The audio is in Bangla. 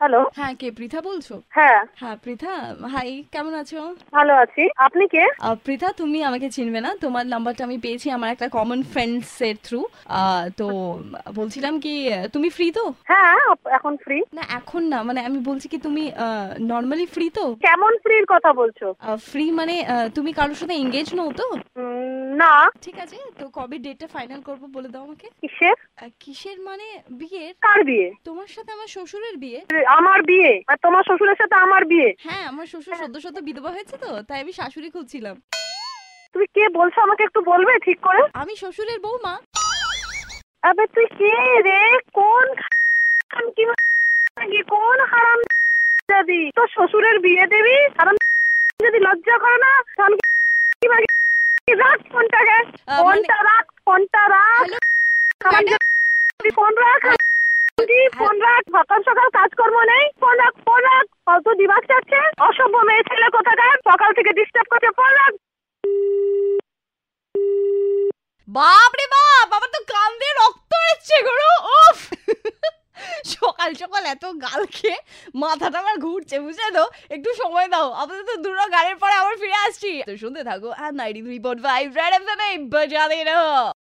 হ্যালো হ্যাঁ কে পৃথা বলছো হ্যাঁ হ্যাঁ পৃথা হাই কেমন আছো ভালো আছি আপনি কে আহ, পৃথা তুমি আমাকে চিনবে না তোমার নাম্বারটা আমি পেয়েছি আমার একটা কমন ফ্রেন্ডস এর থ্রু তো বলছিলাম কি আহ, তুমি ফ্রি তো হ্যাঁ আপ- এখন ফ্রি না এখন না মানে আমি বলছি কি তুমি নর্মালি ফ্রি তো কেমন ফ্রির কথা বলছো ফ্রি মানে আহ, তুমি কারোর সাথে এঙ্গেজ নও তো উম, না ঠিক আছে তো কবে ডেটটা ফাইনাল করবো বলে দাও আমাকে কিসের আহ, কিসের মানে বিয়ের কার বিয়ে তোমার সাথে আমার শ্বশুরের বিয়ে আমার বিয়ে আর তোমার শ্বশুরের সাথে আমার বিয়ে হ্যাঁ আমার শ্বশুর সদ্য সদ্য বিধবা হয়েছে তো তাই আমি শাশুড়ি খুঁজছিলাম তুমি কে বলছো আমাকে একটু বলবে ঠিক করে আমি শ্বশুরের বৌমা আবে তুই কে রে কোন খান কি নাকি? কোন হারাম যদি তোর শ্বশুরের বিয়ে দেবি হারাম যদি লজ্জা করে না তখন কি বাকি? রাখ ফোনটা গে আহ, মানে- ফোনটা রাখ ফোনটা রাখ হ্যালো মানে- হ্যাঁ। হারাম তুই ফোন রাখ তুই ফোন রাখ সকাল সকাল কাজকর্ম নেই ফোন রাখ ফোন রাখ ফালতু দিমাগ চাচ্ছে অসভ্য মেয়ে ছেলে কোথাকার সকাল থেকে ডিস্টার্ব করছে ফোন রাখ বাপ রে বাপ আমার তো কান দিয়ে রক্ত বেরোচ্ছে গুরু উফ সকাল সকাল এত গাল খেয়ে মাথাটা আমার ঘুরছে বুঝলে তো একটু সময় দাও আপাতত দুটো গানের পরে আবার ফিরে আসছি তো শুনতে থাকো আর ninety three point five red F M বাজাতে